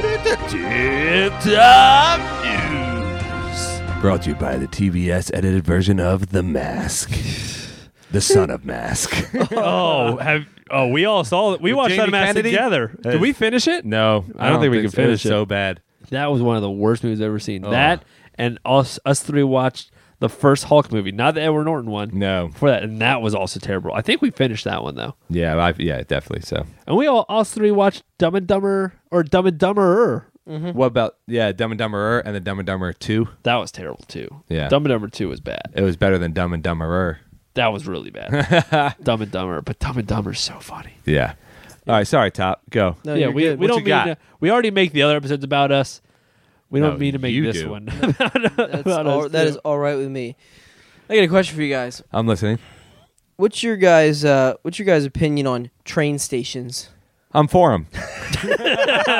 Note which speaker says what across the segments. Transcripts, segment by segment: Speaker 1: Tip Top News. Brought to you by the TBS edited version of The Mask. The son of Mask.
Speaker 2: Oh, have oh we all saw it. We
Speaker 3: With
Speaker 2: watched
Speaker 3: Jamie
Speaker 2: that match
Speaker 3: Kennedy?
Speaker 2: together.
Speaker 3: Uh,
Speaker 2: Did we finish it?
Speaker 3: No, I,
Speaker 2: don't think we can
Speaker 3: so. It was
Speaker 2: finish it.
Speaker 3: So Oh. bad.
Speaker 2: That was one of the worst movies I've ever seen. That and us us three watched the first Hulk movie, not the Edward Norton one.
Speaker 3: No.
Speaker 2: Before that, and that was also terrible. I think we finished that one though.
Speaker 3: Yeah, I, yeah, definitely. So,
Speaker 2: And we all us three watched Dumb and Dumber or Dumb and Dumberer.
Speaker 3: what about yeah, Dumb and Dumberer and the Dumb and Dumberer Two?
Speaker 2: That was terrible too.
Speaker 3: Yeah.
Speaker 2: Dumb and Dumber two was bad.
Speaker 3: It was better than Dumb and Dumberer.
Speaker 2: That was really bad. Dumb and Dumber, but Dumb and Dumber's so funny.
Speaker 3: Yeah. All right, sorry, Top. Go.
Speaker 4: No,
Speaker 2: yeah,
Speaker 4: you're
Speaker 2: we,
Speaker 4: good.
Speaker 2: we
Speaker 3: What
Speaker 2: don't
Speaker 3: you
Speaker 2: mean
Speaker 3: got?
Speaker 2: to- we already make the other episodes about us. We
Speaker 3: No,
Speaker 2: don't mean to make
Speaker 3: you
Speaker 2: this
Speaker 3: do.
Speaker 2: one. about,
Speaker 4: That's
Speaker 2: about
Speaker 4: all,
Speaker 2: us
Speaker 4: that
Speaker 2: too.
Speaker 4: is all right with me. I got a question for you guys.
Speaker 3: I'm listening.
Speaker 4: What's your guys uh, What's your guys' opinion on train stations?
Speaker 3: I'm for him.
Speaker 2: not.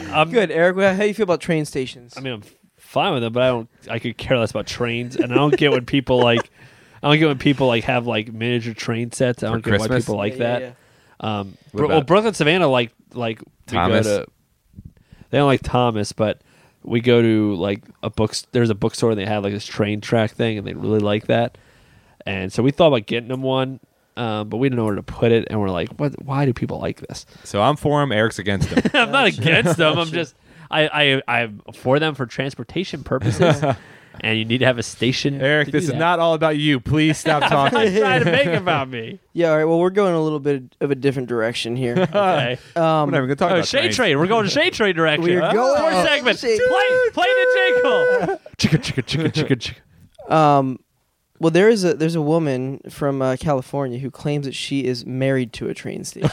Speaker 2: I'm,
Speaker 4: Good, Eric. How do you feel about train stations?
Speaker 2: I mean, I'm fine with them, but I don't. I could care less about trains, and I don't get when people like. I don't get when people like have like miniature train sets. I don't get why
Speaker 3: Christmas?
Speaker 2: people like
Speaker 4: Yeah, yeah,
Speaker 2: that.
Speaker 4: yeah.
Speaker 2: Um,
Speaker 3: What
Speaker 2: Bro- well,
Speaker 3: about-
Speaker 2: Brooklyn Savannah like like
Speaker 3: Thomas?
Speaker 2: we go to. They don't like Thomas, but we go to like a books. There's a bookstore and they have like this train track thing, and they really like that. And so we thought about getting them one, um, but we didn't know where to put it, and we're like, what? Why do people like this?
Speaker 3: So I'm for him. Eric's against him.
Speaker 2: I'm not against them. I'm just I I I'm for them for transportation purposes, and you need to have a station.
Speaker 3: Eric,
Speaker 2: to
Speaker 3: this
Speaker 2: do
Speaker 3: is
Speaker 2: that.
Speaker 3: not all about you. Please stop
Speaker 2: I'm
Speaker 3: talking.
Speaker 2: trying to make it about me.
Speaker 4: Yeah, all right. Well, we're going a little bit of a different direction here.
Speaker 2: Okay.
Speaker 4: Um,
Speaker 3: Whatever, we're gonna talk
Speaker 2: Oh,
Speaker 3: about
Speaker 2: Shade
Speaker 3: trains.
Speaker 2: Trade. We're going to Shade Trade direction.
Speaker 4: We're going-
Speaker 2: Fourth segment.
Speaker 4: Shade-
Speaker 2: Play, play the jingle. Chicka, chicka, chicka, chicka, chicka.
Speaker 4: Um, well, there is a there's a woman from uh, California who claims that she is married to a train station.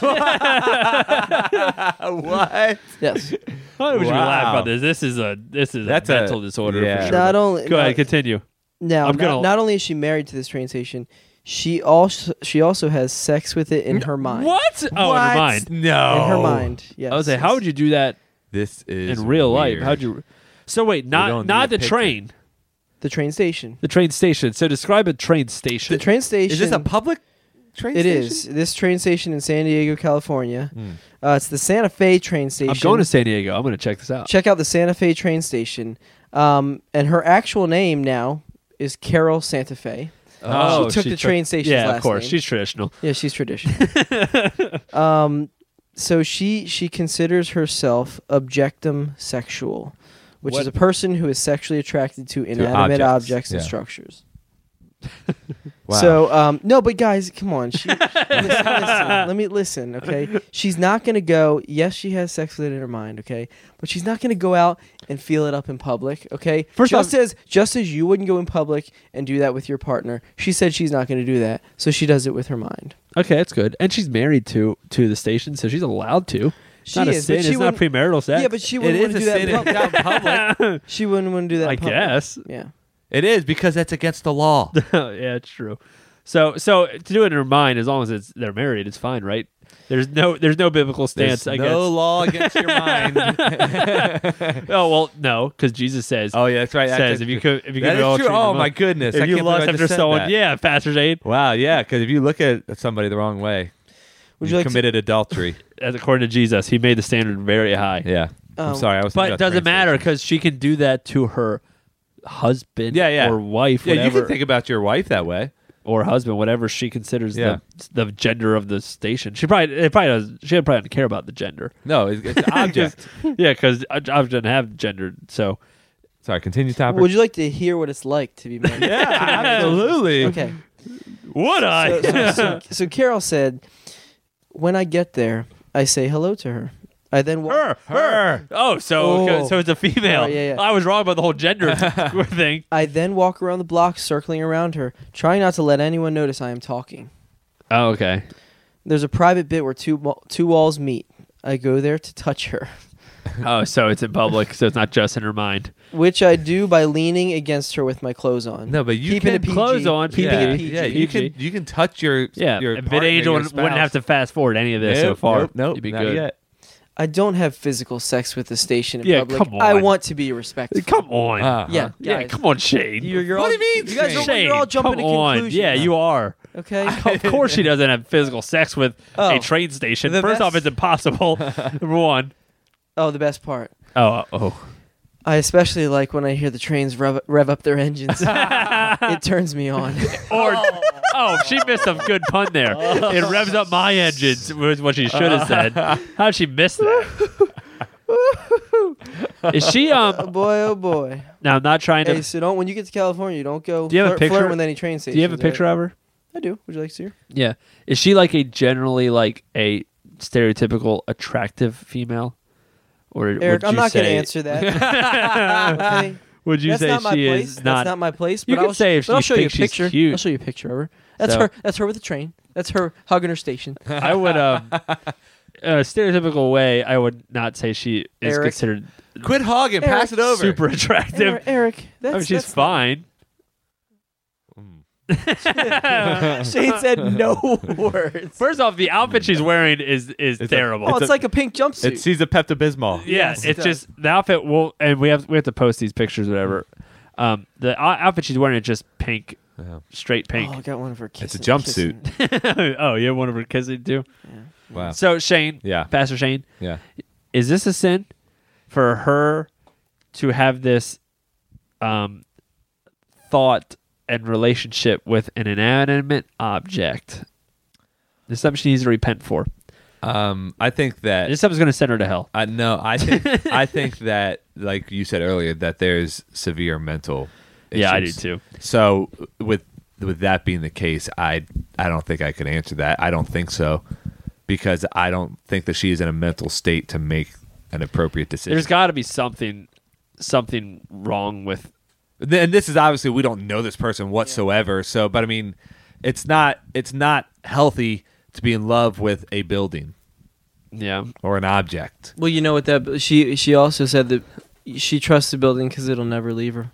Speaker 3: what?
Speaker 4: yes,
Speaker 2: Why would you
Speaker 3: Wow.
Speaker 2: laugh about this? This is a this is
Speaker 3: That's
Speaker 2: a
Speaker 3: a-
Speaker 2: mental disorder. for
Speaker 3: yeah.
Speaker 2: sure.
Speaker 4: not only
Speaker 2: Go
Speaker 4: not,
Speaker 2: ahead, continue.
Speaker 4: now,
Speaker 2: I'm
Speaker 4: not,
Speaker 2: gonna-
Speaker 4: not only is she married to this train station, she also she also has sex with it in her mind.
Speaker 2: What? Oh, never mind.
Speaker 3: No.
Speaker 4: In her mind. Yes.
Speaker 2: I was like, how would you do that
Speaker 3: This is
Speaker 2: in real life?
Speaker 3: weird.
Speaker 2: How'd you? So wait,
Speaker 3: don't
Speaker 2: not
Speaker 3: need
Speaker 2: not
Speaker 3: a
Speaker 2: the
Speaker 3: picture.
Speaker 2: train,
Speaker 4: the train station?
Speaker 2: the train station. So describe a train station.
Speaker 4: The train station.
Speaker 3: Is this a public train
Speaker 4: It
Speaker 3: station?
Speaker 4: is this train station in San Diego, California. Uh, it's the Santa Fe train station.
Speaker 2: Hmm. I'm going to San Diego. I'm going to check this out.
Speaker 4: check out the Santa Fe train station. Um, and her actual name now is Carol Santa Fe.
Speaker 3: Uh,
Speaker 2: Oh,
Speaker 4: she took the train station's
Speaker 2: Yeah,
Speaker 4: last
Speaker 2: of course.
Speaker 4: name.
Speaker 2: She's traditional.
Speaker 4: Yeah, she's traditional. um, so she she considers herself objectum sexual, which
Speaker 2: What?
Speaker 4: is a person who is sexually attracted to inanimate
Speaker 3: objects,
Speaker 4: objects, and
Speaker 3: yeah.
Speaker 4: structures.
Speaker 3: Wow.
Speaker 4: So um, no, but guys, come on. She, listen, listen, let me listen, okay? She's not gonna go. Yes, she has sex with it in her mind, okay? But she's not gonna go out and feel it up in public, okay?
Speaker 2: First
Speaker 4: just
Speaker 2: off-
Speaker 4: as just as you wouldn't go in public and do that with your partner, she said she's not gonna do that, so she does it with her mind.
Speaker 2: Okay, that's good. And she's married to to the station, so she's allowed to. It's
Speaker 4: She
Speaker 2: not a
Speaker 4: is, but
Speaker 2: sin.
Speaker 4: she
Speaker 2: It's not
Speaker 4: wouldn't-
Speaker 2: premarital sex.
Speaker 4: Yeah, but she
Speaker 3: it
Speaker 4: wouldn't
Speaker 3: is
Speaker 4: want
Speaker 3: a
Speaker 4: to do that.
Speaker 3: sin
Speaker 4: In
Speaker 3: if it's
Speaker 4: public.
Speaker 3: out in public.
Speaker 4: She wouldn't want to do that.
Speaker 2: I
Speaker 4: in public.
Speaker 2: guess.
Speaker 4: Yeah.
Speaker 3: it is because that's against the law.
Speaker 2: yeah, it's true. So so to do it in her mind, as long as it's they're married, it's fine, right? There's no there's no biblical stance.
Speaker 3: There's
Speaker 2: I
Speaker 3: no law against your mind.
Speaker 2: guess. Oh well, no, because Jesus says
Speaker 3: oh yeah, that's right. That
Speaker 2: says
Speaker 3: is
Speaker 2: if you
Speaker 3: true.
Speaker 2: could if you
Speaker 3: That
Speaker 2: could
Speaker 3: is
Speaker 2: all
Speaker 3: true.
Speaker 2: treat
Speaker 3: Oh
Speaker 2: them
Speaker 3: my
Speaker 2: up.
Speaker 3: goodness! I
Speaker 2: if you
Speaker 3: can't believe
Speaker 2: lust
Speaker 3: I just
Speaker 2: after
Speaker 3: said
Speaker 2: someone,
Speaker 3: that.
Speaker 2: yeah, pastor's aid.
Speaker 3: Wow, yeah, because if you look at somebody the wrong way,
Speaker 4: Would
Speaker 3: you
Speaker 4: you like to-
Speaker 3: committed adultery.
Speaker 2: As according to Jesus, he made the standard very high.
Speaker 3: Yeah,
Speaker 4: Um,
Speaker 3: I'm sorry, I was.
Speaker 2: But
Speaker 3: thinking
Speaker 2: it
Speaker 3: about
Speaker 2: doesn't
Speaker 3: train
Speaker 2: matter because she can do that to her husband
Speaker 3: Yeah, yeah.
Speaker 2: or wife,
Speaker 3: stations. Yeah, you
Speaker 2: whatever,
Speaker 3: can think about your wife that way.
Speaker 2: or husband, whatever she considers
Speaker 3: Yeah.
Speaker 2: the, the gender of the station. She probably it probably does, she probably doesn't care about the gender.
Speaker 3: No, it's, it's an object.
Speaker 2: yeah, because I, I doesn't have gender, so
Speaker 3: Sorry, continue topic.
Speaker 4: Would you like to hear what it's like to be married?
Speaker 3: yeah, absolutely.
Speaker 4: Okay.
Speaker 2: would I?
Speaker 4: So, so, so, so Carol said, "When I get there, I say hello to her. I then walk
Speaker 2: her, her. Oh, so
Speaker 4: Oh.
Speaker 2: so it's a female.
Speaker 4: Oh, yeah, yeah.
Speaker 2: I was wrong about the whole gender thing.
Speaker 4: I then walk around the block, circling around her, trying not to let anyone notice I am talking.
Speaker 2: Oh, okay.
Speaker 4: There's a private bit where two wa- two walls meet. I go there to touch her,
Speaker 2: Oh, so it's in public, so it's not just in her mind.
Speaker 4: which I do by leaning against her with my clothes on.
Speaker 3: No, but you
Speaker 4: keeping
Speaker 3: can
Speaker 4: it PG,
Speaker 2: clothes on,
Speaker 4: keeping
Speaker 3: yeah,
Speaker 4: it PG.
Speaker 3: yeah, you
Speaker 2: PG.
Speaker 3: can you can touch your
Speaker 2: Yeah,
Speaker 3: Your
Speaker 2: and
Speaker 3: partner,
Speaker 2: mid-age
Speaker 3: your
Speaker 2: wouldn't, wouldn't
Speaker 3: spouse.
Speaker 2: have to fast forward any of this so
Speaker 3: Nope,
Speaker 2: far.
Speaker 3: Nope, nope,
Speaker 2: You'd be
Speaker 3: not
Speaker 2: good.
Speaker 3: yet.
Speaker 4: I don't have physical sex with the station in
Speaker 2: Yeah,
Speaker 4: public.
Speaker 2: come
Speaker 4: I
Speaker 2: on.
Speaker 4: want to be respectful.
Speaker 2: Come on.
Speaker 3: Uh-huh.
Speaker 4: Yeah,
Speaker 2: yeah,
Speaker 4: guys.
Speaker 2: come on, Shade.
Speaker 4: You're, you're
Speaker 3: What
Speaker 4: all,
Speaker 3: do you mean,
Speaker 4: You guys are,
Speaker 2: Shade,
Speaker 4: you're all jumping
Speaker 2: come
Speaker 4: to
Speaker 2: on.
Speaker 4: conclusions.
Speaker 2: Yeah, you are.
Speaker 4: Okay.
Speaker 2: of course she doesn't have physical sex with
Speaker 4: Oh.
Speaker 2: a train station.
Speaker 3: The
Speaker 2: First
Speaker 3: best-
Speaker 2: off, it's impossible. Number one.
Speaker 4: Oh, the best part.
Speaker 2: Oh, oh.
Speaker 4: I especially like when I hear the trains rev, rev up their engines. it turns me on.
Speaker 2: Or oh, she missed a good pun there.
Speaker 4: Oh.
Speaker 2: It revs up my engines was what she should
Speaker 4: Uh-huh.
Speaker 2: have said. How'd she miss that? Is she
Speaker 4: oh
Speaker 2: um?
Speaker 4: boy, oh boy.
Speaker 2: Now I'm not trying
Speaker 4: Hey,
Speaker 2: to.
Speaker 4: so don't when you get to California, you don't go
Speaker 2: Do you have a
Speaker 4: flirt, flirt
Speaker 2: picture-
Speaker 4: with any train stations.
Speaker 2: Do you have a
Speaker 4: right?
Speaker 2: picture of her?
Speaker 4: I do. Would you like to see her?
Speaker 2: Yeah. Is she like a generally like a stereotypical attractive female? Or
Speaker 4: Eric,
Speaker 2: would
Speaker 4: I'm
Speaker 2: you
Speaker 4: not
Speaker 2: say,
Speaker 4: going to answer that. okay?
Speaker 2: Would you
Speaker 4: That's
Speaker 2: say
Speaker 4: not my
Speaker 2: she
Speaker 4: place.
Speaker 2: is
Speaker 4: That's
Speaker 2: not?
Speaker 4: not my place.
Speaker 2: You
Speaker 4: but
Speaker 2: can
Speaker 4: I'll,
Speaker 2: say if
Speaker 4: but I'll
Speaker 2: you
Speaker 4: show you
Speaker 2: think
Speaker 4: a
Speaker 2: she's
Speaker 4: picture.
Speaker 2: cute.
Speaker 4: I'll show you a picture of her. That's
Speaker 2: So-
Speaker 4: her. That's her with a train. That's her hugging her station.
Speaker 2: I would um, a stereotypical way. I would not say she is
Speaker 4: Eric.
Speaker 2: considered
Speaker 3: Quit hogging.
Speaker 4: Eric,
Speaker 3: Pass it over.
Speaker 2: super attractive.
Speaker 4: Eric, Eric that's,
Speaker 2: I mean, she's
Speaker 4: that's-
Speaker 2: fine.
Speaker 4: Shane said no words.
Speaker 2: First off, the outfit she's wearing is
Speaker 3: It's
Speaker 2: is
Speaker 3: a-
Speaker 2: terrible.
Speaker 4: Oh, it's,
Speaker 3: It's a-
Speaker 4: like a pink jumpsuit.
Speaker 3: It sees a Pepto Bismol.
Speaker 2: yeah,
Speaker 4: yes, it
Speaker 2: it's
Speaker 4: does.
Speaker 2: just the outfit. Will and we have we have to post these pictures, whatever. Um, the o- outfit she's wearing is just pink,
Speaker 3: Yeah.
Speaker 2: straight pink.
Speaker 4: Oh, I got one of her kisses.
Speaker 3: jumpsuit.
Speaker 4: kissing.
Speaker 2: oh, you have one of her kissing too.
Speaker 3: Wow.
Speaker 2: So Shane,
Speaker 3: Yeah.
Speaker 2: Pastor Shane,
Speaker 3: Yeah.
Speaker 2: is this a sin for her to have this um, thought and relationship with an inanimate object? This is something she needs to repent for.
Speaker 3: Um, I think that
Speaker 2: This something's going to send her to hell.
Speaker 3: I no, I think I think that like you said earlier that there's severe mental. Issues.
Speaker 2: Yeah, I do too.
Speaker 3: So with with that being the case, I I don't think I could answer that. I don't think so because I don't think that she is in a mental state to make an appropriate decision.
Speaker 2: There's got to be something, something wrong with.
Speaker 3: and this is obviously we don't know this person whatsoever. So, but I mean, it's not it's not healthy to be in love with a building
Speaker 2: Yeah,
Speaker 3: or an object.
Speaker 4: Well, you know what that she she also said that she trusts the building because it'll never leave her.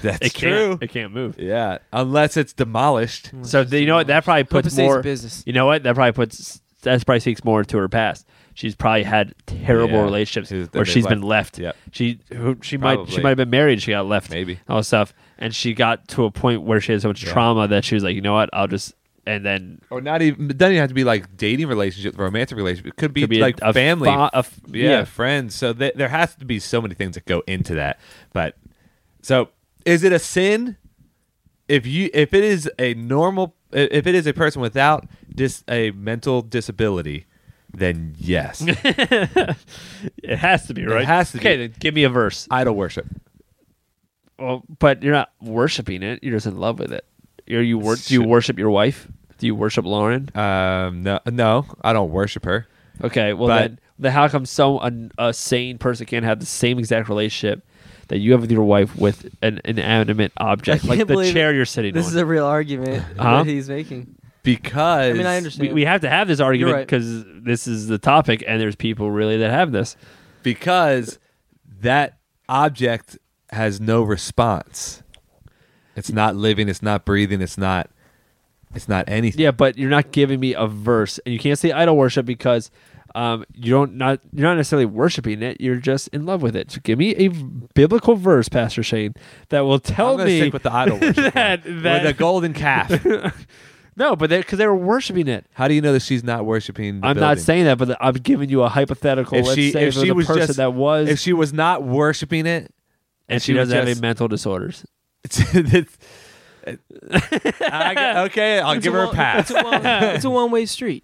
Speaker 3: That's
Speaker 2: it
Speaker 3: true.
Speaker 2: can't. Hmm. It can't move.
Speaker 3: Yeah, unless it's demolished.
Speaker 2: So you know what? That probably puts
Speaker 4: stays in
Speaker 2: more
Speaker 4: business.
Speaker 2: You know what? That probably puts. That probably speaks more to her past. She's probably had terrible
Speaker 3: Yeah.
Speaker 2: relationships
Speaker 3: That
Speaker 2: where
Speaker 3: they
Speaker 2: she's been left.
Speaker 3: left. Yep.
Speaker 2: She who, she might she
Speaker 3: Probably.
Speaker 2: might have been married. She got left.
Speaker 3: Maybe.
Speaker 2: all this stuff, and she got to a point where she had so much
Speaker 3: Yeah.
Speaker 2: trauma that she was like, you know what? I'll just and then
Speaker 3: or not even it doesn't even have to be like dating relationship romantic relationship it could be,
Speaker 2: could be a-
Speaker 3: like
Speaker 2: a
Speaker 3: family
Speaker 2: fa- a f-
Speaker 3: yeah,
Speaker 2: yeah.
Speaker 3: friends so th- there has to be so many things that go into that but so is it a sin if you if it is a normal i- if it is a person without dis a mental disability then yes
Speaker 2: it has to be right.
Speaker 3: has to be.
Speaker 2: okay, then give me a verse.
Speaker 3: idol worship
Speaker 2: Well, but you're not worshiping it. You're just in love with it. Are you wor- do you
Speaker 3: Should-
Speaker 2: worship your wife? Do you worship Lauren?
Speaker 3: um no no i don't worship her
Speaker 2: Okay, well
Speaker 3: But-
Speaker 2: then, then how come so an, a sane person can't have the same exact relationship that you have with your wife with an inanimate object
Speaker 4: I
Speaker 2: like
Speaker 4: can't
Speaker 2: the
Speaker 4: believe
Speaker 2: chair you're sitting
Speaker 4: This
Speaker 2: on?
Speaker 4: is a real argument
Speaker 2: Huh?
Speaker 4: that he's making.
Speaker 3: because
Speaker 4: I mean, I understand.
Speaker 2: we, we have to have this argument
Speaker 4: right.
Speaker 2: because this is the topic, and there's people really that have this.
Speaker 3: because that object has no response. It's not living. It's not breathing. It's not. It's not anything.
Speaker 2: Yeah, but you're not giving me a verse, and you can't say idol worship because um, you don't not you're not necessarily worshiping it. You're just in love with it. So give me a biblical verse, Pastor Shane, that will
Speaker 3: I'm
Speaker 2: tell
Speaker 3: gonna
Speaker 2: me
Speaker 3: stick with the idol worship
Speaker 2: that-
Speaker 3: one.
Speaker 2: that-
Speaker 3: or the golden calf.
Speaker 2: no, but because they, were worshiping it.
Speaker 3: How do you know that she's not worshiping? The
Speaker 2: I'm not
Speaker 3: building?
Speaker 2: saying that, but I'm giving you a hypothetical.
Speaker 3: If
Speaker 2: let's
Speaker 3: she-
Speaker 2: say
Speaker 3: if
Speaker 2: for
Speaker 3: she
Speaker 2: the
Speaker 3: was
Speaker 2: person
Speaker 3: just-
Speaker 2: that was,
Speaker 3: if she was not worshiping it,
Speaker 2: and
Speaker 3: if
Speaker 2: she,
Speaker 3: she was
Speaker 2: doesn't have
Speaker 3: just-
Speaker 2: any mental disorders.
Speaker 3: it's, it's, I gu- okay, I'll
Speaker 4: It's
Speaker 3: give
Speaker 4: a
Speaker 3: her a
Speaker 4: one-
Speaker 3: pass.
Speaker 4: It's a, one, it's a one-way street.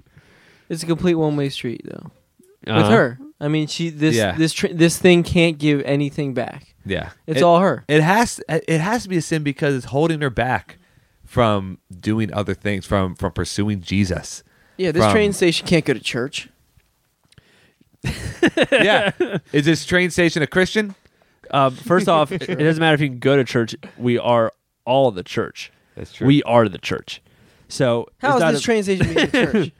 Speaker 4: It's a complete one-way street, though. With
Speaker 2: Uh-huh.
Speaker 4: her, I mean, she this
Speaker 3: Yeah.
Speaker 4: this tr- this thing can't give anything back.
Speaker 3: Yeah,
Speaker 4: It's
Speaker 3: It-
Speaker 4: all her.
Speaker 3: It has it has to be a sin because it's holding her back from doing other things, from from pursuing Jesus.
Speaker 4: Yeah, this
Speaker 3: from-
Speaker 4: train station can't go to church.
Speaker 3: yeah. Is this train station a Christian?
Speaker 2: Um, first off, it doesn't matter if you can go to church. We are all the church.
Speaker 3: That's
Speaker 2: We are the church. So
Speaker 4: How
Speaker 2: it's
Speaker 4: is
Speaker 2: not
Speaker 4: this
Speaker 2: a-
Speaker 4: train station being a church?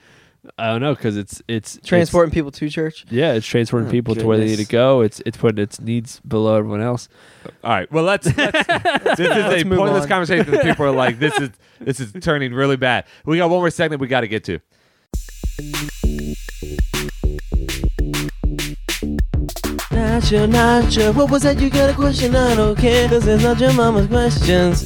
Speaker 2: I don't know because it's it's it's-
Speaker 4: Transporting people to church.
Speaker 2: Yeah, it's transporting
Speaker 4: Oh,
Speaker 2: people to where they need
Speaker 4: goodness.
Speaker 2: to go. It's it's putting its needs below everyone else.
Speaker 3: All right. Well, let's. let's this is a
Speaker 4: move
Speaker 3: pointless
Speaker 4: on.
Speaker 3: conversation that people are like, this is this is turning really bad. We got one more segment we got to get to.
Speaker 4: Nacho, Nacho, what was that? You got a question? I don't care, cause it's not your mama's questions.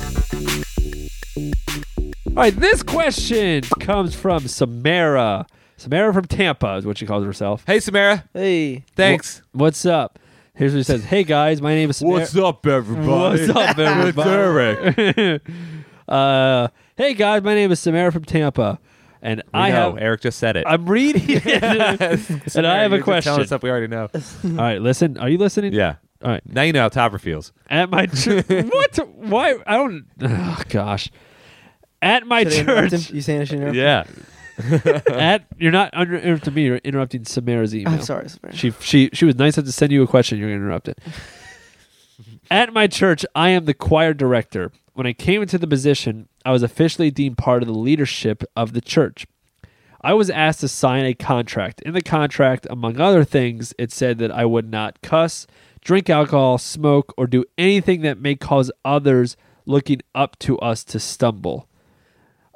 Speaker 3: All
Speaker 2: All right, this question comes from Samara. Samara from Tampa is what she calls herself.
Speaker 3: Hey, Samara.
Speaker 4: Hey.
Speaker 3: Thanks.
Speaker 2: What's up? Here's what she says. Hey guys, my name is Samara.
Speaker 3: up, everybody?
Speaker 2: What's up, everybody?
Speaker 3: Eric.
Speaker 2: uh, hey guys, my name is Samara from Tampa, and I
Speaker 3: I know.
Speaker 2: have
Speaker 3: Eric just said it.
Speaker 2: I'm reading, and I have a question.
Speaker 3: Stuff we already know.
Speaker 2: All right, listen. Are you listening?
Speaker 3: yeah.
Speaker 2: All right.
Speaker 3: Now you know how Topper feels.
Speaker 2: At my church. what? Why? I don't. Oh, gosh. At my
Speaker 4: Should I interrupt
Speaker 2: church.
Speaker 4: him? You saying I should interrupt?
Speaker 3: Yeah.
Speaker 2: at you're not under, interrupting me. You're interrupting Samara's email.
Speaker 4: I'm sorry. Samara.
Speaker 2: She she she was nice enough to send you a question. You're gonna interrupt it. At my church, I am the choir director. When I came into the position, I was officially deemed part of the leadership of the church. I was asked to sign a contract. In the contract, among other things, it said that I would not cuss, drink alcohol, smoke, or do anything that may cause others looking up to us to stumble.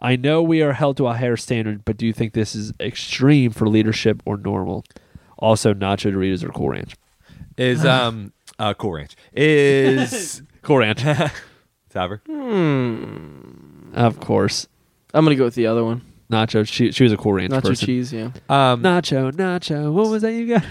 Speaker 2: I know we are held to a higher standard, but do you think this is extreme for leadership or normal? Also, nacho Doritos or Cool Ranch?
Speaker 3: Is um uh Cool Ranch is
Speaker 2: Cool Ranch,
Speaker 3: Topper.
Speaker 2: of course.
Speaker 4: Hmm. I'm gonna go with the other one.
Speaker 2: Nacho, she she was a Cool Ranch
Speaker 4: Nacho
Speaker 2: person.
Speaker 4: cheese. Yeah.
Speaker 3: Um,
Speaker 2: Nacho, Nacho, what was that you got?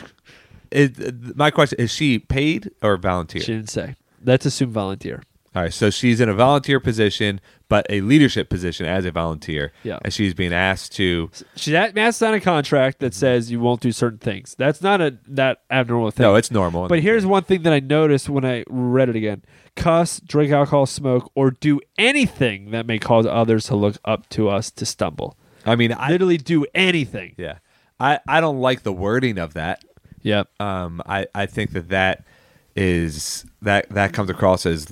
Speaker 3: is, uh, my question is she paid or volunteer?
Speaker 2: She didn't say. Let's assume volunteer.
Speaker 3: All right, so she's in a volunteer position, but a leadership position as a volunteer.
Speaker 2: Yeah.
Speaker 3: and she's being asked to.
Speaker 2: She that man signed a contract
Speaker 3: Mm-hmm.
Speaker 2: that says you won't do certain things. That's not a that abnormal thing.
Speaker 3: No, it's normal.
Speaker 2: but here's one thing that I noticed when I read it again: cuss, drink alcohol, smoke, or do anything that may cause others to look up to us to stumble.
Speaker 3: I mean, I
Speaker 2: Literally, do anything.
Speaker 3: yeah, I I don't like the wording of that.
Speaker 2: Yep.
Speaker 3: Um, I I think that that is that that comes across as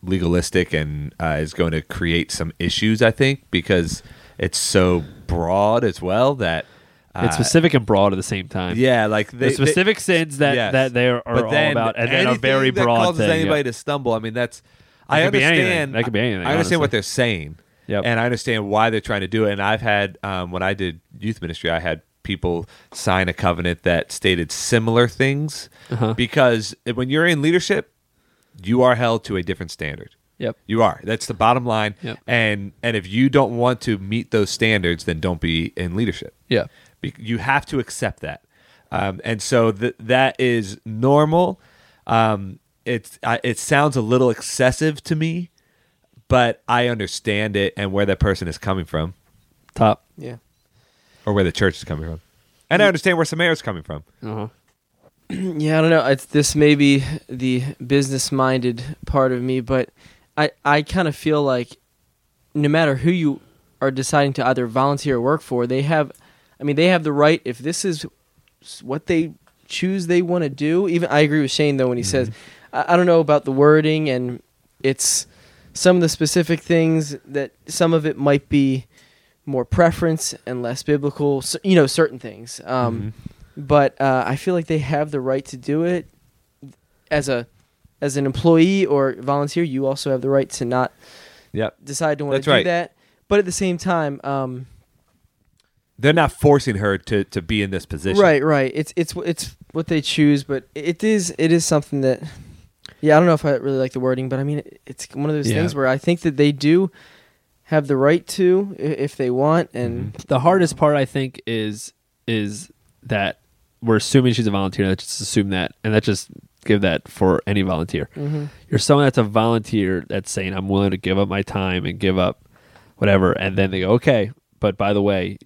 Speaker 3: legalistic and uh, is going to create some issues. I think because it's so broad as well that uh,
Speaker 2: it's specific and broad at the same time.
Speaker 3: Yeah, like
Speaker 2: the
Speaker 3: they, they-
Speaker 2: specific sins that
Speaker 3: Yes.
Speaker 2: that they are,
Speaker 3: But
Speaker 2: are all
Speaker 3: then
Speaker 2: about, and then a
Speaker 3: anything
Speaker 2: very
Speaker 3: that
Speaker 2: broad
Speaker 3: causes
Speaker 2: thing.
Speaker 3: anybody
Speaker 2: yeah.
Speaker 3: to stumble. I mean, that's I
Speaker 2: could be anything.
Speaker 3: understand.
Speaker 2: That could be anything,
Speaker 3: I understand
Speaker 2: honestly.
Speaker 3: what they're saying,
Speaker 2: Yep.
Speaker 3: and I understand why they're trying to do it. And I've had um, when I did youth ministry, I had people sign a covenant that stated similar things
Speaker 2: Uh-huh.
Speaker 3: because when you're in leadership, you are held to a different standard.
Speaker 2: Yep.
Speaker 3: You are. That's the bottom line.
Speaker 2: Yep.
Speaker 3: And and if you don't want to meet those standards, then don't be in leadership.
Speaker 2: Yeah.
Speaker 3: Be- you have to accept that, um, and so th- that is normal. Um, it's I, it sounds a little excessive to me, but I understand it and where that person is coming from,
Speaker 2: Top.
Speaker 4: Yeah.
Speaker 3: or where the church is coming from, and I
Speaker 2: Mm.
Speaker 3: understand where Samara's coming from.
Speaker 2: Uh-huh.
Speaker 4: Yeah, I don't know. It's this may be the business-minded part of me, but I I kind of feel like no matter who you are deciding to either volunteer or work for, they have, I mean, they have the right if this is s- what they choose they want to do. Even I agree with Shane though when he says, I, I don't know about the wording and it's some of the specific things that some of it might be more preference and less biblical. So, you know, certain things. Um,
Speaker 3: Mm-hmm.
Speaker 4: but uh, I feel like they have the right to do it as a as an employee or volunteer. You also have the right to not
Speaker 3: Yep.
Speaker 4: decide to want
Speaker 3: That's
Speaker 4: to do
Speaker 3: right.
Speaker 4: that. But at the same time, um,
Speaker 3: They're not forcing her to, to be in this position.
Speaker 4: right, right. It's it's it's what they choose, but it is it is something that. Yeah, I don't know if I really like the wording, but I mean, it- it's one of those
Speaker 2: Yeah.
Speaker 4: things where I think that they do have the right to i- if they want, and
Speaker 2: the hardest part I think is is that we're assuming she's a volunteer. Let's just assume that, and that just give that for any volunteer.
Speaker 3: Mm-hmm.
Speaker 4: Mm-hmm.
Speaker 2: You're someone that's a volunteer that's saying I'm willing to give up my time and give up whatever, and then they go okay, but by the way,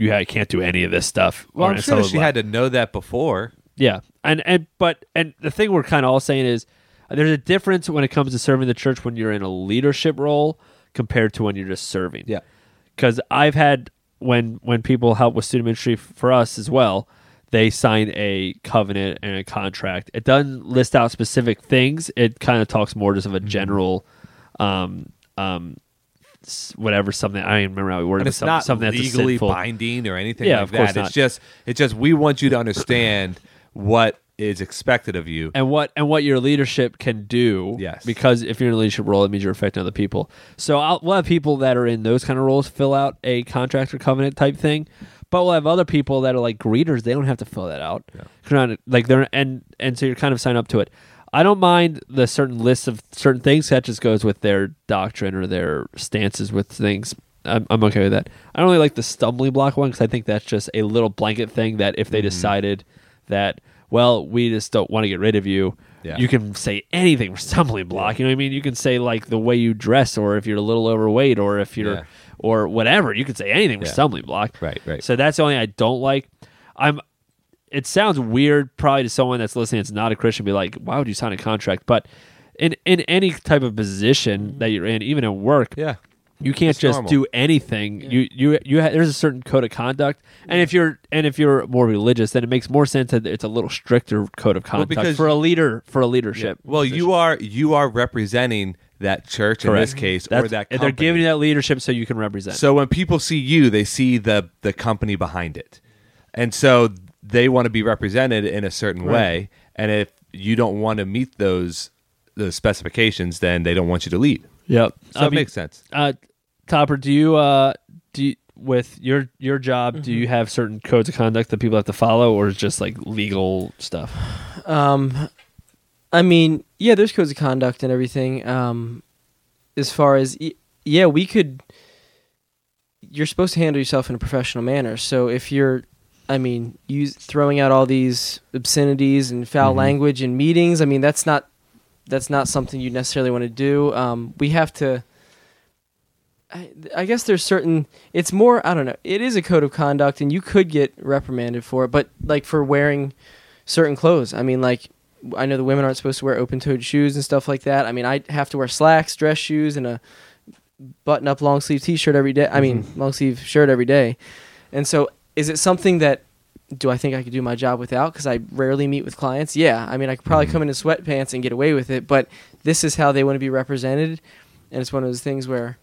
Speaker 2: you ha- can't do any of this stuff.
Speaker 3: Well,
Speaker 2: or
Speaker 3: I'm
Speaker 2: it's
Speaker 3: sure
Speaker 2: blah, blah,
Speaker 3: she
Speaker 2: blah.
Speaker 3: had to know that before.
Speaker 2: Yeah, and and but and the thing we're kind of all saying is uh, there's a difference when it comes to serving the church when you're in a leadership role compared to when you're just serving.
Speaker 3: Yeah.
Speaker 2: because I've had when when people help with student ministry f- for us as well, they sign a covenant and a contract. It doesn't list out specific things. It kind of talks more just of a
Speaker 3: Mm-hmm.
Speaker 2: general. Um, um, s- whatever something I don't even remember how we worded
Speaker 3: And
Speaker 2: it,
Speaker 3: it's
Speaker 2: some-
Speaker 3: not
Speaker 2: something that's a
Speaker 3: legally
Speaker 2: sinful-
Speaker 3: binding or anything
Speaker 2: Yeah,
Speaker 3: like
Speaker 2: of course
Speaker 3: that.
Speaker 2: not.
Speaker 3: It's just it's just we want you to understand what is expected of you.
Speaker 2: and what and what your leadership can do.
Speaker 3: Yes.
Speaker 2: Because if you're in a leadership role, it means you're affecting other people. So I'll, we'll have people that are in those kind of roles fill out a contract or covenant type thing, but we'll have other people that are like greeters. They don't have to fill that out. They're not- like they're and and so you're kind of signed up to it. I don't mind the certain lists of certain things that just goes with their doctrine or their stances with things. I'm, I'm okay with that. I don't really like the stumbling block one because I think that's just a little blanket thing that if they decided that, well, we just don't want to get rid of you,
Speaker 3: Yeah.
Speaker 2: you can say anything for stumbling block. You know what I mean? You can say like the way you dress or if you're a little overweight or if you're
Speaker 3: Yeah.
Speaker 2: or whatever. You can say anything for
Speaker 3: Yeah.
Speaker 2: stumbling block.
Speaker 3: Right, right.
Speaker 2: So that's the only thing I don't like. I'm it sounds weird probably to someone that's listening that's not a Christian be like, why would you sign a contract? But in in any type of position that you're in, even at work,
Speaker 3: Mm-hmm. Yeah.
Speaker 2: you can't
Speaker 3: It's
Speaker 2: just
Speaker 3: normal.
Speaker 2: do anything. You you you ha- there's a certain code of conduct, and if you're and if you're more religious, then it makes more sense that it's a little stricter code of conduct
Speaker 3: because-
Speaker 2: for a leader for a leadership.
Speaker 3: Well, you are you are representing that church in this case or that
Speaker 2: and
Speaker 3: company.
Speaker 2: they're giving you that leadership so you can represent.
Speaker 3: So when people see you, they see the the company behind it, and so they want to be represented in a certain way. And if you don't want to meet those those specifications, then they don't want you to lead.
Speaker 2: yep,
Speaker 3: So it makes sense.
Speaker 2: Uh, Topper, do you uh do you, with your your job? Do you have certain codes of conduct that people have to follow, or is it just like legal stuff?
Speaker 4: Um, I mean, yeah, there's codes of conduct and everything. Um, as far as y- yeah, we could. You're supposed to handle yourself in a professional manner. So if you're, I mean, use throwing out all these obscenities and foul language in meetings. I mean, that's not that's not something you necessarily want to do. Um, we have to. I, I guess there's certain. It's more. I don't know. It is a code of conduct, and you could get reprimanded for it. But like for wearing certain clothes. I mean, like I know the women aren't supposed to wear open-toed shoes and stuff like that. I mean, I have to wear slacks, dress shoes, and a button-up long-sleeve T-shirt every day. I mean, long-sleeve shirt every day. And so, is it something that do I think I could do my job without? Because I rarely meet with clients. Yeah, I mean, I could probably come in in sweatpants and get away with it. But this is how they want to be represented, and it's one of those things where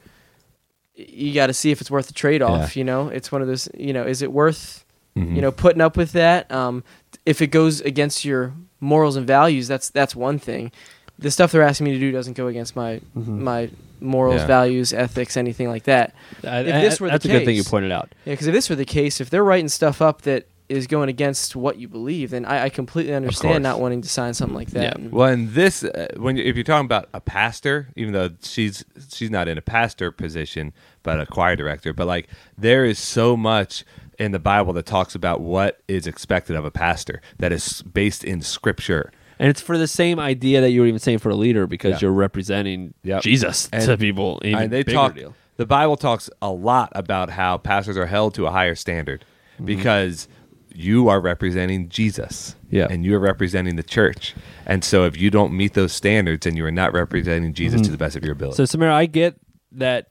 Speaker 4: y- you got to see if it's worth the trade-off. You know, it's one of those. You know, is it worth? you
Speaker 3: Mm.
Speaker 4: know putting up with that um, if it goes against your morals and values that's that's one thing the stuff they're asking me to do doesn't go against my my morals
Speaker 3: Mm. Yeah.
Speaker 4: values ethics anything like that
Speaker 2: I-
Speaker 4: If
Speaker 2: I-
Speaker 4: this were the
Speaker 2: that's a good thing you
Speaker 4: case-
Speaker 2: pointed out.
Speaker 4: yeah because if this were the case if they're writing stuff up that is going against what you believe then i, I completely
Speaker 3: course.
Speaker 4: understand not wanting to sign something like that
Speaker 2: Yeah.
Speaker 4: And-
Speaker 3: Well, and this, uh, when you, if you're talking about a pastor, even though she's she's not in a pastor position, but a choir director, but like there is so much in the Bible that talks about what is expected of a pastor that is based in Scripture.
Speaker 2: And it's for the same idea that you were even saying for a leader because
Speaker 3: Yeah.
Speaker 2: you're representing
Speaker 3: Yep.
Speaker 2: Jesus to
Speaker 3: And-
Speaker 2: people. Even
Speaker 3: And they
Speaker 2: bigger
Speaker 3: talk.
Speaker 2: deal.
Speaker 3: The Bible talks a lot about how pastors are held to a higher standard
Speaker 2: Mm-hmm.
Speaker 3: because you are representing Jesus,
Speaker 2: Yeah.
Speaker 3: and you are representing the church. And so, if you don't meet those standards, and you are not representing Jesus
Speaker 2: Mm-hmm.
Speaker 3: to the best of your ability,
Speaker 2: So Samara, I get that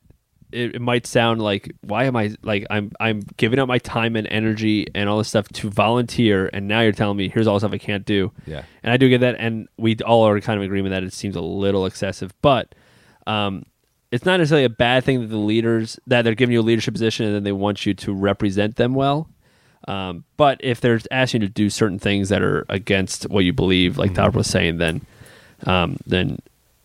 Speaker 2: it, it might sound like why am I like I'm I'm giving up my time and energy and all this stuff to volunteer, and now you're telling me here's all the stuff I can't do.
Speaker 3: Yeah.
Speaker 2: and I do get that, and we all are kind of in agreement that it seems a little excessive, but um, it's not necessarily a bad thing that the leaders that they're giving you a leadership position and then they want you to represent them well. Um, but if they're asking you to do certain things that are against what you believe, like
Speaker 3: Mm-hmm.
Speaker 2: Todd was saying, then um, then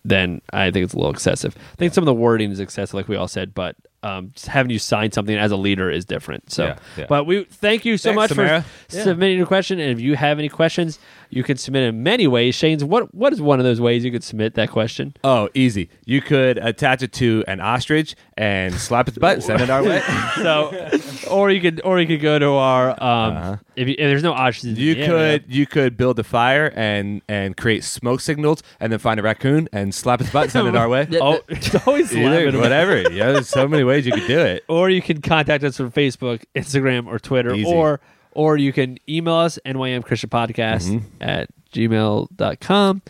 Speaker 2: then I think it's a little excessive. I think some of the wording is excessive, like we all said, but um, just having you sign something as a leader is different. So,
Speaker 3: Yeah, yeah.
Speaker 2: but we thank you so
Speaker 3: Thanks,
Speaker 2: much
Speaker 3: Samara.
Speaker 2: for submitting your question. And if you have any questions, you can submit in many ways. Shane's, what what is one of those ways you could submit that question?
Speaker 3: Oh, easy. You could attach it to an ostrich and slap its butt and send it our way.
Speaker 2: So, or you could or you could go to our um, if, you, if there's no options, in
Speaker 3: Uh-huh. You
Speaker 2: the area.
Speaker 3: could you could build a fire and and create smoke signals and then find a raccoon and slap its butt and send it our way.
Speaker 2: Oh, it's always
Speaker 3: Either,
Speaker 2: laughing.
Speaker 3: whatever. Yeah, there's so many ways you could do it.
Speaker 2: or you can contact us from Facebook, Instagram, or Twitter,
Speaker 3: Easy.
Speaker 2: or or you can email us nymchristianpodcast
Speaker 3: Mm-hmm.
Speaker 2: at gmail.com.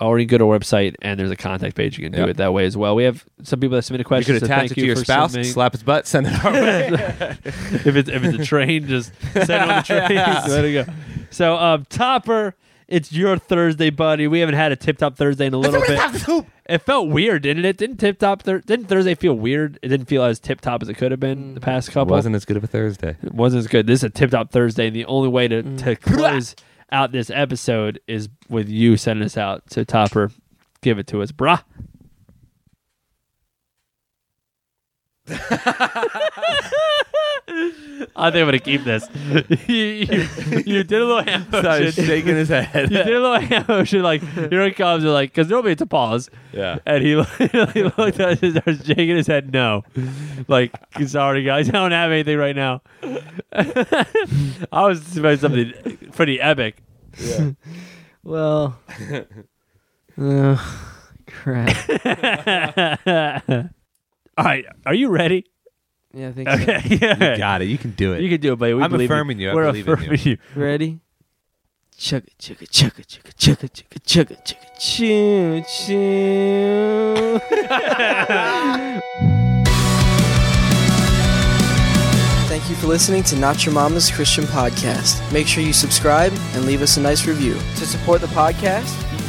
Speaker 2: Or you can go to our website and there's a contact page. You can do
Speaker 3: Yep.
Speaker 2: it that way as well. We have some people that submitted
Speaker 3: You
Speaker 2: questions.
Speaker 3: could
Speaker 2: so
Speaker 3: attach
Speaker 2: thank
Speaker 3: it to
Speaker 2: you
Speaker 3: your
Speaker 2: for
Speaker 3: spouse,
Speaker 2: submitting.
Speaker 3: slap its butt, send it our way.
Speaker 2: if it's if it's a train, just send it on the train. There you go. So um, Topper, it's your Thursday, buddy. We haven't had a tip top Thursday in a little bit. It felt weird, didn't it? Didn't tip top thir- didn't Thursday feel weird? It didn't feel as tip top as it could have been the past couple.
Speaker 3: Wasn't as good of a Thursday.
Speaker 2: It wasn't as good. This is a tip top Thursday, and the only way to, to close out this episode is with you sending us out. So Topper, give it to us, brah. I think I'm gonna keep this. you, you, you did a little hand motion.
Speaker 3: Started shaking his head.
Speaker 2: Oh, you did a little hand motion, like here it comes. You're like, because normally it's a pause,
Speaker 3: yeah.
Speaker 2: and he, he looked at us and started shaking his head. No, like sorry guys, I don't have anything right now. I was expecting something pretty epic.
Speaker 4: Well, Ugh, crap.
Speaker 2: All right, are you ready?
Speaker 4: Yeah, I think so.
Speaker 2: Okay, yeah.
Speaker 3: You got it. You can do it.
Speaker 2: You can do it, buddy. We
Speaker 3: I'm
Speaker 2: believe
Speaker 3: affirming you. I
Speaker 2: We're
Speaker 3: believe in you.
Speaker 2: affirming you.
Speaker 4: Ready? Chugga chugga chugga chugga chugga chugga chugga chugga choo choo. Thank you for listening to Not Your Mama's Christian Podcast. Make sure you subscribe and leave us a nice review. To support the podcast, you can